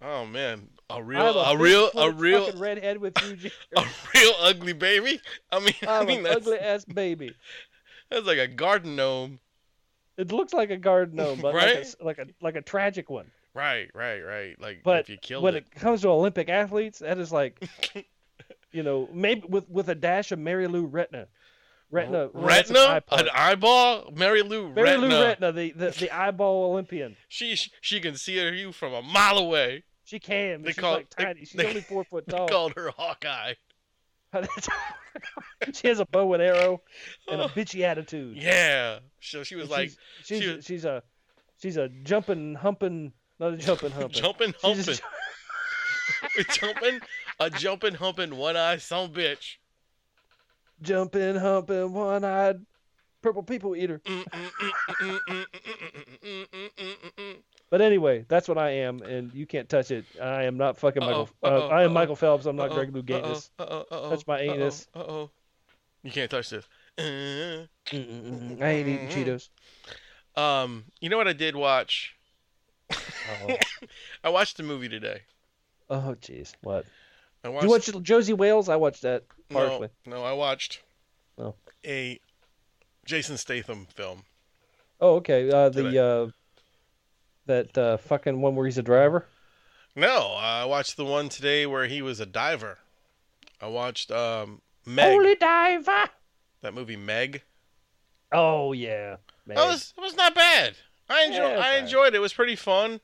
S3: Oh man, a real,
S4: I'm
S3: a
S4: big
S3: real, a
S4: fucking
S3: real,
S4: fucking redhead with huge ears.
S3: [LAUGHS] a real ugly baby. I mean, [LAUGHS] I
S4: I'm
S3: mean
S4: an
S3: that's
S4: ugly ass baby.
S3: that's like a garden gnome.
S4: It looks like a garden gnome, but
S3: Right?
S4: like, a, like a like a tragic one.
S3: Right, right, right. Like
S4: But
S3: if you killed
S4: when
S3: it.
S4: it. comes to Olympic athletes, that
S3: [LAUGHS]
S4: is like, you know, maybe with with a dash of Mary Lou Retna, Retna, well, that's an
S3: retina,
S4: eyeball.
S3: an eyeball, Mary Lou
S4: Mary
S3: retina.
S4: Lou Retna, the, the the eyeball Olympian.
S3: She she can see you from a mile away.
S4: She can.
S3: They
S4: She's
S3: call-
S4: like
S3: they-
S4: tiny. She's
S3: they-
S4: only four foot
S3: [LAUGHS] They
S4: [LAUGHS] tall.
S3: Called her Hawkeye.
S4: she has a bow and arrow and
S3: [LAUGHS]
S4: a
S3: Oh.
S4: bitchy attitude.
S3: Yeah. So she was
S4: And
S3: like
S4: she's she's,
S3: she was-
S4: she's a she's a jumping humping not
S3: [LAUGHS]
S4: a jumping humping
S3: jumping,
S4: She's
S3: humping, [LAUGHS]
S4: just-
S3: jumping, a jumping, humping, one eye, some bitch.
S4: jumping, humping, one eyed. purple people eater.
S3: Mm, mm.
S4: But anyway, that's what I am, and you can't touch it. I am not fucking Michael.
S3: Uh-oh, uh-oh,
S4: uh, I am
S3: uh-oh.
S4: Michael Phelps. I'm not
S3: Uh-oh,
S4: Greg Louganis.
S3: uh-oh, uh-oh,
S4: Touch my
S3: uh-oh,
S4: anus.
S3: Uh-oh. You can't touch this. Uh.
S4: Mm-mm-mm. I ain't eating Cheetos.
S3: Um, you know what I did watch?
S4: Oh,
S3: [LAUGHS] I watched a movie today.
S4: oh, jeez, what?
S3: I
S4: Did
S3: watched
S4: you watch Josie Wales? I watched that partially.
S3: no, no, I watched
S4: Oh.
S3: a Jason Statham film.
S4: Oh, okay. Uh,
S3: Did
S4: the uh, that uh, fucking one where he's a driver.
S3: No, I watched the one today where he was a diver. I watched um Meg,
S4: Holy diver!
S3: that movie Meg.
S4: Oh yeah, man.
S3: That was it was not bad. I enjoy
S4: Yeah,
S3: I
S4: okay.
S3: enjoyed it. It was pretty fun.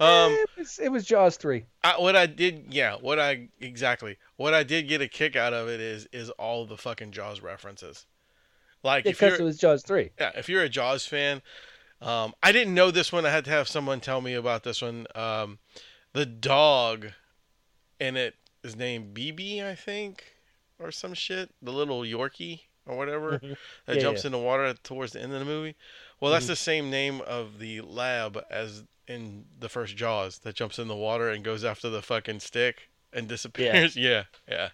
S4: Eh,
S3: Um,
S4: it, was, it was Jaws three.
S3: I, what I did, yeah, what I exactly what I did get a kick out of it is is all the fucking Jaws references. Like if
S4: Because
S3: you're
S4: it was Jaws three.
S3: yeah, if you're a Jaws fan, um, I didn't know this one. I had to have someone tell me about this one. Um, the dog in it is named BB, I think, or some shit. The little Yorkie or whatever
S4: Mhm.
S3: that
S4: [LAUGHS] Yeah,
S3: jumps
S4: yeah. Mm-hmm.
S3: in the water towards the end of the movie. Well, that's the same name of the lab as in the first Jaws that jumps in the water and goes after the fucking stick and [LAUGHS] disappears. yeah. yeah.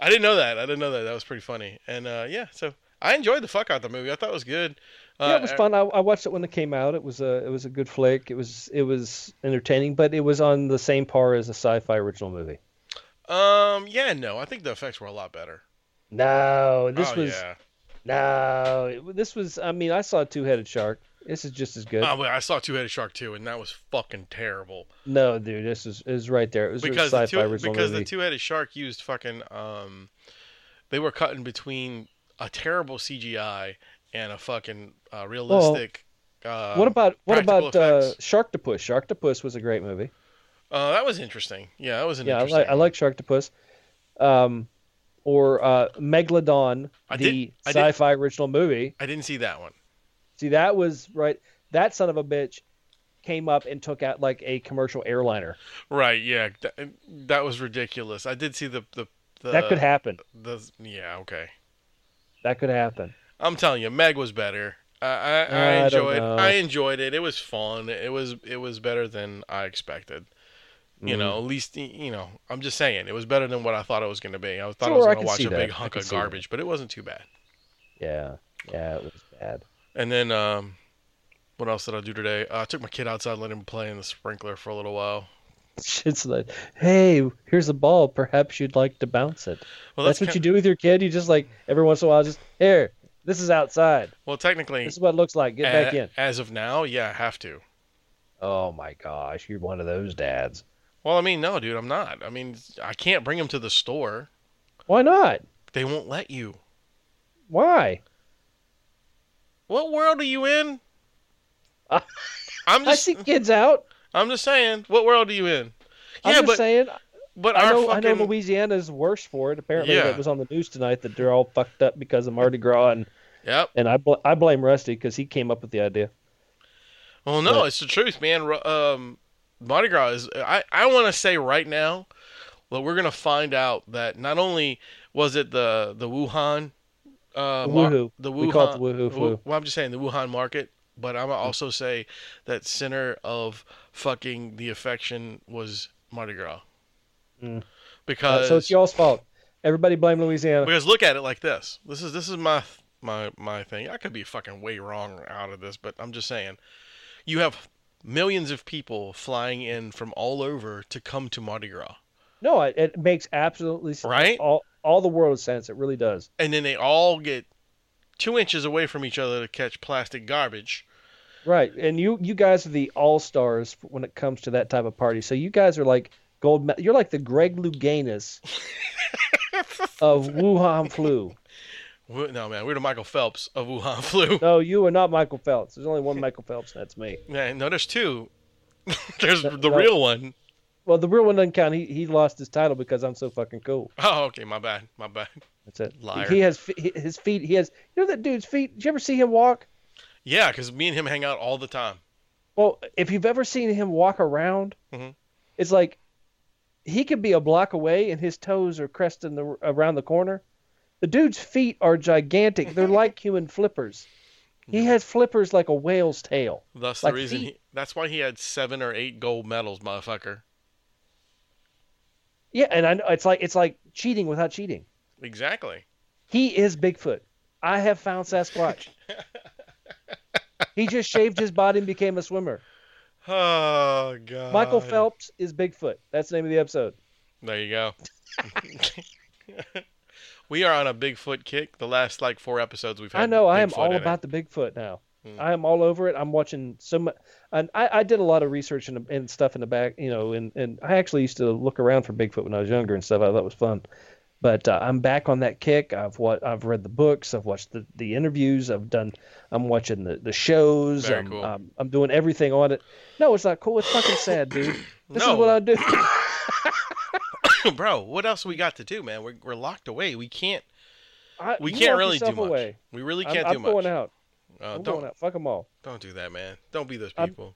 S3: I didn't know that. I didn't know that. That was pretty funny. And uh, yeah, so I enjoyed the fuck out of the movie. I thought it was good. Uh,
S4: yeah, it was fun. I, I watched it when it came out. It was a it was a good flick. It was it was entertaining, but it was on the same par as a sci-fi original movie.
S3: Um, yeah, no, I think the effects were a lot better.
S4: No, this
S3: oh,
S4: was
S3: yeah.
S4: no. It, this was. I mean, I saw two-headed shark. This is just as good.
S3: Oh, wait, I saw Two Headed Shark too, and that was fucking terrible
S4: no, dude, this is is right there. It was
S3: because
S4: a
S3: the
S4: sci-fi
S3: two
S4: original
S3: because
S4: movie.
S3: the Two Headed Shark used fucking um, they were cutting between a terrible CGI and a fucking uh, realistic. uh,
S4: what about what
S3: practical
S4: about uh,
S3: effects.
S4: Sharktopus? Sharktopus was a great movie.
S3: Uh, that was interesting. Yeah, that was an
S4: Yeah, I
S3: interesting.
S4: like I like Sharktopus. Um, or uh, Megalodon,
S3: I
S4: the
S3: did- I did-
S4: sci-fi original movie.
S3: I didn't see that one.
S4: See, that was right. That son of a bitch came up and took out like a commercial airliner.
S3: Right. Yeah. That, that was ridiculous. I did see the the. the
S4: that could happen.
S3: the- yeah. Okay.
S4: That could happen.
S3: I'm telling you, Meg was better. I I, I
S4: I don't
S3: enjoyed.
S4: know.
S3: I enjoyed it. It was fun. It was it was better than I expected.
S4: Mm-hmm.
S3: You know, at least y- you know. I'm just saying, it was better than what I thought it was going to be. I thought I
S4: Sure,
S3: was
S4: I
S3: going
S4: can
S3: to watch
S4: see
S3: a
S4: that.
S3: big
S4: I
S3: hunk
S4: can
S3: of
S4: see that.
S3: garbage, but it wasn't too bad.
S4: Yeah, yeah, it was bad. [LAUGHS]
S3: And then um, what else did I do today? Uh, I took my kid outside, let him play in the sprinkler for a little while.
S4: It's like, hey, here's a ball. Perhaps you'd like to bounce it.
S3: Well,
S4: that's, what you do with your kid. You just like every once in a while, just here. This is outside.
S3: Well, technically,
S4: This is what it looks like. Get back
S3: a-
S4: in.
S3: as of now, yeah, I have to.
S4: Oh my gosh, you're one of those dads.
S3: Well, I mean, no, dude, I'm not. I mean, I can't bring him to the store.
S4: Why not?
S3: They won't let you.
S4: Why?
S3: What world are you in?
S4: I-
S3: [LAUGHS] I'm
S4: Uh, I
S3: just,
S4: see kids out.
S3: I'm just saying. What world are you in? yeah,
S4: I'm just
S3: but
S4: saying.
S3: but [LAUGHS]
S4: I
S3: our
S4: know,
S3: fucking
S4: I know Louisiana's worse for it. Apparently,
S3: Yeah.
S4: it was on the news tonight that they're all fucked up because of Mardi Gras, and,
S3: yep.
S4: and I bl- I blame Rusty because he came up with the idea.
S3: Well, no,
S4: But-
S3: it's the truth, man. Ru- Um, Mardi Gras is. I I want to say right now, well, we're gonna find out that not only was it the the Wuhan, uh, mar-
S4: Woohoo.
S3: the Wuhan,
S4: We call it the woohoo
S3: Wu-
S4: flu.
S3: Well, I'm just saying the Wuhan market, but I'm gonna also say that center of fucking the affection was Mardi Gras.
S4: Mm.
S3: Because
S4: so it's y'all's fault. Everybody blame Louisiana.
S3: because look at it like this. This is this is my my my thing. I could be fucking way wrong out of this, but I'm just saying. You have millions of people flying in from all over to come to Mardi Gras,
S4: No, it, it makes absolutely s-
S3: right?
S4: all all the world sense. It really does.
S3: And then they all get two inches away from each other to catch plastic garbage.
S4: Right, and you you guys are the all stars when it comes to that type of party. So you guys are like gold. me- You're like the Greg
S3: [LAUGHS]
S4: Louganis of Wuhan flu.
S3: We- No man, we're the Michael Phelps of Wuhan flu.
S4: [LAUGHS] No, you are not Michael Phelps. There's only one Michael Phelps, and that's me.
S3: Man, no, there's two. [LAUGHS] there's the
S4: no.
S3: real one.
S4: Well, the real one doesn't count. He he lost his title because I'm so fucking cool.
S3: Oh, okay, my bad, my bad.
S4: That's it.
S3: Liar.
S4: He has fe- he- his feet. He has. You know that dude's feet. Did you ever see him walk?
S3: Yeah, because me and him hang out all the time.
S4: Well, if you've ever seen him walk around,
S3: Mhm.
S4: it's like he could be a block away and his toes are cresting the, around the corner, The dude's feet are gigantic. They're like human flippers. He has flippers like a whale's tail.
S3: Thus
S4: Like
S3: the reason
S4: feet.
S3: he, that's why he had seven or eight gold medals, motherfucker.
S4: Yeah, and I know it's like it's like cheating without cheating.
S3: Exactly.
S4: He is Bigfoot. I have found Sasquatch. he just shaved his body and became a swimmer.
S3: Oh god.
S4: Michael Phelps is Bigfoot. That's the name of the episode.
S3: There you go. [LAUGHS] we are on a Bigfoot kick. The last like four episodes we've had.
S4: I know. I am
S3: Bigfoot
S4: all
S3: in it. [LAUGHS]
S4: about the Bigfoot now.
S3: Hmm.
S4: I am all over it. I'm watching so much, and I, I did a lot of research and, and stuff in the back, you know, and, and I actually used to look around for Bigfoot when I was younger and stuff. I thought was fun, but uh, I'm back on that kick. I've what I've read the books, I've watched the, the interviews, I've done, I'm watching the, the shows.
S3: Very
S4: I'm,
S3: cool.
S4: I'm I'm doing everything on it. No, it's not cool. It's fucking sad, dude. This
S3: No.
S4: is what I
S3: [COUGHS]
S4: do.
S3: Bro, what else we got to do, man? We're, we're locked away. We can't.
S4: I,
S3: We
S4: you
S3: can't
S4: lock
S3: really do
S4: yourself
S3: much.
S4: away.
S3: We really
S4: I'm-
S3: can't
S4: I'm,
S3: do much.
S4: going out.
S3: Uh,
S4: I'm
S3: don't
S4: going out. Fuck them all.
S3: don't do that, man. Don't be those
S4: I'm-
S3: people.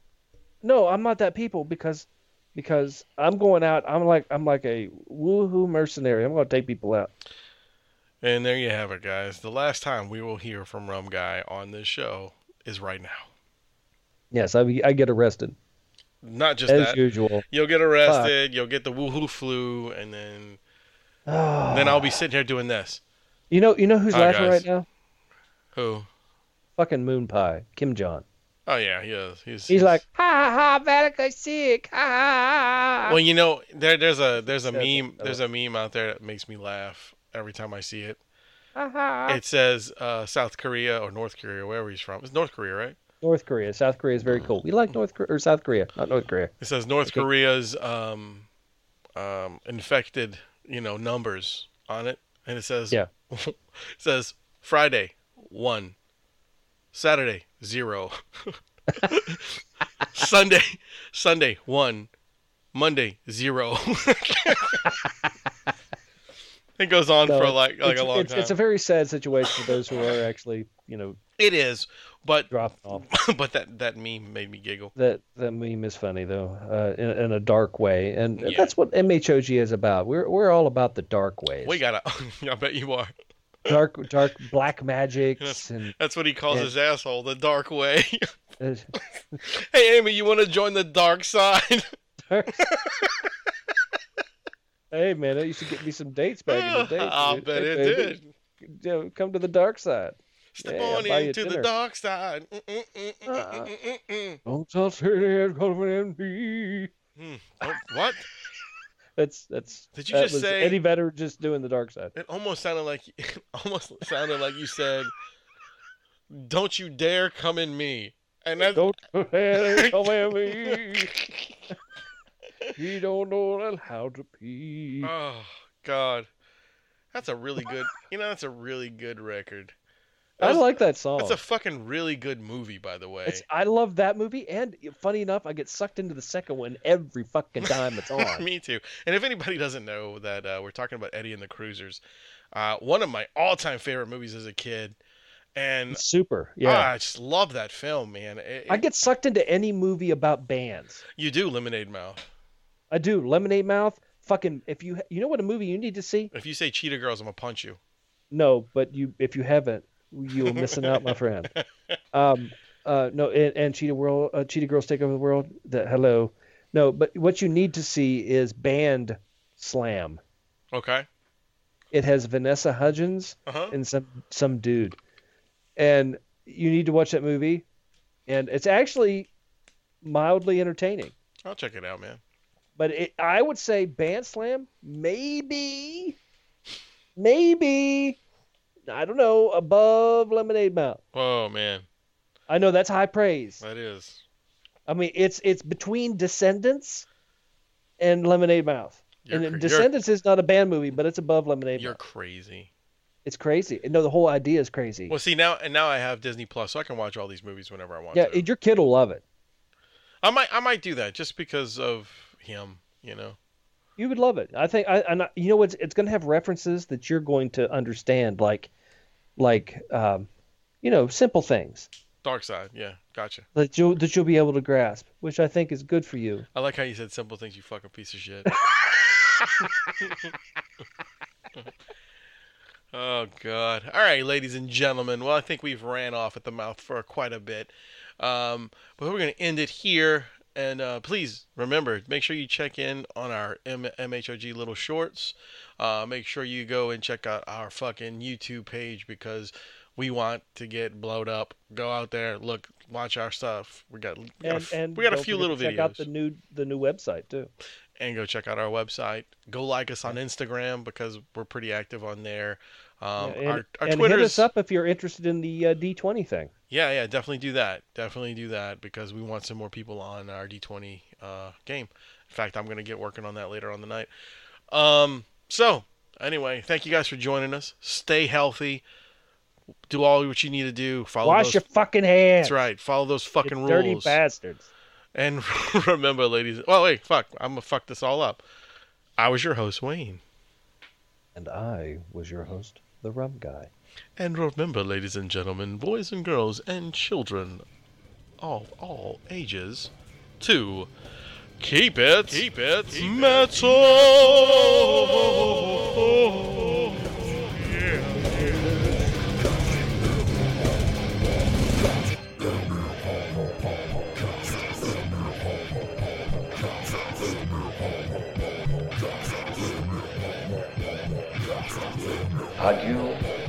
S4: no, I'm not that people because because I'm going out. I'm like I'm like a woohoo mercenary. I'm gonna take people out.
S3: and there you have it, guys. The last time we will hear from Rum Guy on this show is right now.
S4: Yes, I I get arrested
S3: Not just
S4: as
S3: that.
S4: usual.
S3: You'll get arrested. You'll get the woohoo flu, and then
S4: Ah.
S3: then I'll be sitting here doing this.
S4: You know you know who's
S3: Hi,
S4: laughing
S3: guys.
S4: right now?
S3: Who?
S4: Fucking Moon Pie, Kim Jong.
S3: Oh yeah, he is. He's,
S4: He's like ha ha ha, Vatican sick ha ha.
S3: Well, you know, there there's a there's a
S4: Said that,
S3: meme
S4: though.
S3: there's a meme out there that makes me laugh every time I see it.
S4: ha, ha.
S3: It says uh, South Korea or North Korea, wherever he's from. It's North Korea, right?
S4: North Korea, South Korea is very cool. We like North Korea or South Korea, not North Korea.
S3: It says North
S4: Okay.
S3: Korea's um, um, infected, you know, numbers on it, and it says
S4: Yeah.
S3: it says Friday one, Saturday zero, [LAUGHS] Sunday Sunday one, Monday zero. [LAUGHS] it goes on
S4: So
S3: for like like
S4: it's,
S3: a long
S4: it's,
S3: time.
S4: it's a very sad situation for those who are actually you know
S3: it is, but [LAUGHS]
S4: dropped off.
S3: but that that meme made me giggle.
S4: That that meme is funny though, uh, in, in a dark way, and
S3: Yeah.
S4: that's what MHOG is about. We're we're all about the dark ways,
S3: We gotta. [LAUGHS] I bet you are.
S4: dark dark black magics, and
S3: That's what he calls
S4: Yeah.
S3: his asshole, the dark way. [LAUGHS]
S4: uh,
S3: Hey Amy, you want to join the dark side? [LAUGHS]
S4: hey man, that used to get me some dates back
S3: [LAUGHS]
S4: in the day.
S3: I'll
S4: dude.
S3: bet
S4: Hey,
S3: it
S4: baby,
S3: did.
S4: you know, come to the dark side.
S3: Step
S4: Yeah, I'll
S3: on
S4: buy you
S3: into the
S4: dinner.
S3: dark side. Mm, mm, mm, mm,
S4: Uh-uh.
S3: mm, mm, mm,
S4: Don't touch it, come and me.
S3: mm. Oh, what?
S4: That's that's.
S3: Did you
S4: that
S3: just
S4: was
S3: say-
S4: Eddie Vedder just doing the dark side?
S3: It almost sounded like [LAUGHS] almost sounded like you said, "Don't you dare come in me." And that's
S4: Don't touch
S3: [LAUGHS]
S4: it, come and me. He don't know how to pee.
S3: oh god, that's a really good. You know, that's a really good record.
S4: I
S3: That's-
S4: like that song.
S3: That's a fucking really good movie, by the way. [LAUGHS]
S4: It's, I love that movie, and funny enough, I get sucked into the second one every fucking time
S3: [LAUGHS]
S4: it's on.
S3: Me too. And if anybody doesn't know that uh, we're talking about Eddie and the Cruisers, uh, one of my all-time favorite movies as a kid, and
S4: It's super,
S3: ah,
S4: yeah.
S3: I just love that film, man. It-
S4: I get sucked into any movie about bands.
S3: you do Lemonade Mouth.
S4: I do. Lemonade Mouth. Fucking, if you you know what a movie you need to see?
S3: If you say Cheetah Girls, I'm gonna punch you.
S4: No, but you if you haven't, you're missing out, my friend. Um, uh, no, and, and Cheetah World, uh, Cheetah Girls Take Over the World. The hello, no, but what you need to see is Band Slam.
S3: Okay.
S4: It has Vanessa Hudgens.
S3: Uh huh.
S4: and some some dude and you need to watch that movie and it's actually mildly entertaining
S3: I'll check it out, man.
S4: but it, i would say band slam maybe maybe i don't know above lemonade mouth
S3: Oh man,
S4: i know that's high praise
S3: that is.
S4: i mean it's it's between descendants and lemonade mouth
S3: You're,
S4: and
S3: cra-
S4: descendants is not a band movie but it's above
S3: you're,
S4: lemonade
S3: you're
S4: mouth.
S3: crazy.
S4: it's crazy no the whole idea is crazy
S3: Well, see now, and now I have Disney Plus, so I can watch all these movies whenever I want
S4: yeah
S3: to.
S4: and your kid will love it
S3: I might, I might do that just because of him. You know.
S4: You would love it. I think I, and I you know what's it's going to have references that you're going to understand, like, like, um, you know, simple things
S3: Dark side. Yeah. Gotcha.
S4: that you will that you'll be able to grasp, which I think is good for you.
S3: I like how you said simple things, you fucking piece of shit. Oh God! All right, ladies and gentlemen. Well, I think we've ran off at the mouth for quite a bit, um, but we're going to end it here. And uh, please remember, make sure you check in on our M- MHOG little shorts. Uh, make sure you go and check out our fucking YouTube page because we want to get blowed up. Go out there, look, watch our stuff. We got, we got, a,
S4: And,
S3: f-
S4: and
S3: we got a
S4: don't
S3: few
S4: forget
S3: little
S4: to check
S3: videos
S4: out the new the new website too.
S3: and go check out our website. Go like us on Instagram because we're pretty active on there. Um,
S4: and
S3: our our
S4: and hit
S3: Twitter's
S4: us up if you're interested in the uh, D20 thing.
S3: yeah, yeah, definitely do that. Definitely do that because we want some more people on our D20 uh, game. In fact, I'm gonna get working on that later on the night. Um, so anyway, thank you guys for joining us. Stay healthy. Do all what you need to do. Follow
S4: Wash
S3: those.
S4: your fucking hands.
S3: that's right. Follow those
S4: you
S3: fucking
S4: dirty
S3: rules.
S4: bastards.
S3: And [LAUGHS] remember, ladies. Well, wait, fuck. I'm gonna fuck this all up. I was your host, Wayne.
S4: And I was your host, the Rum Guy.
S3: And remember, ladies and gentlemen, boys and girls and children of all ages, to keep it, keep it, metal.
S5: Adieu,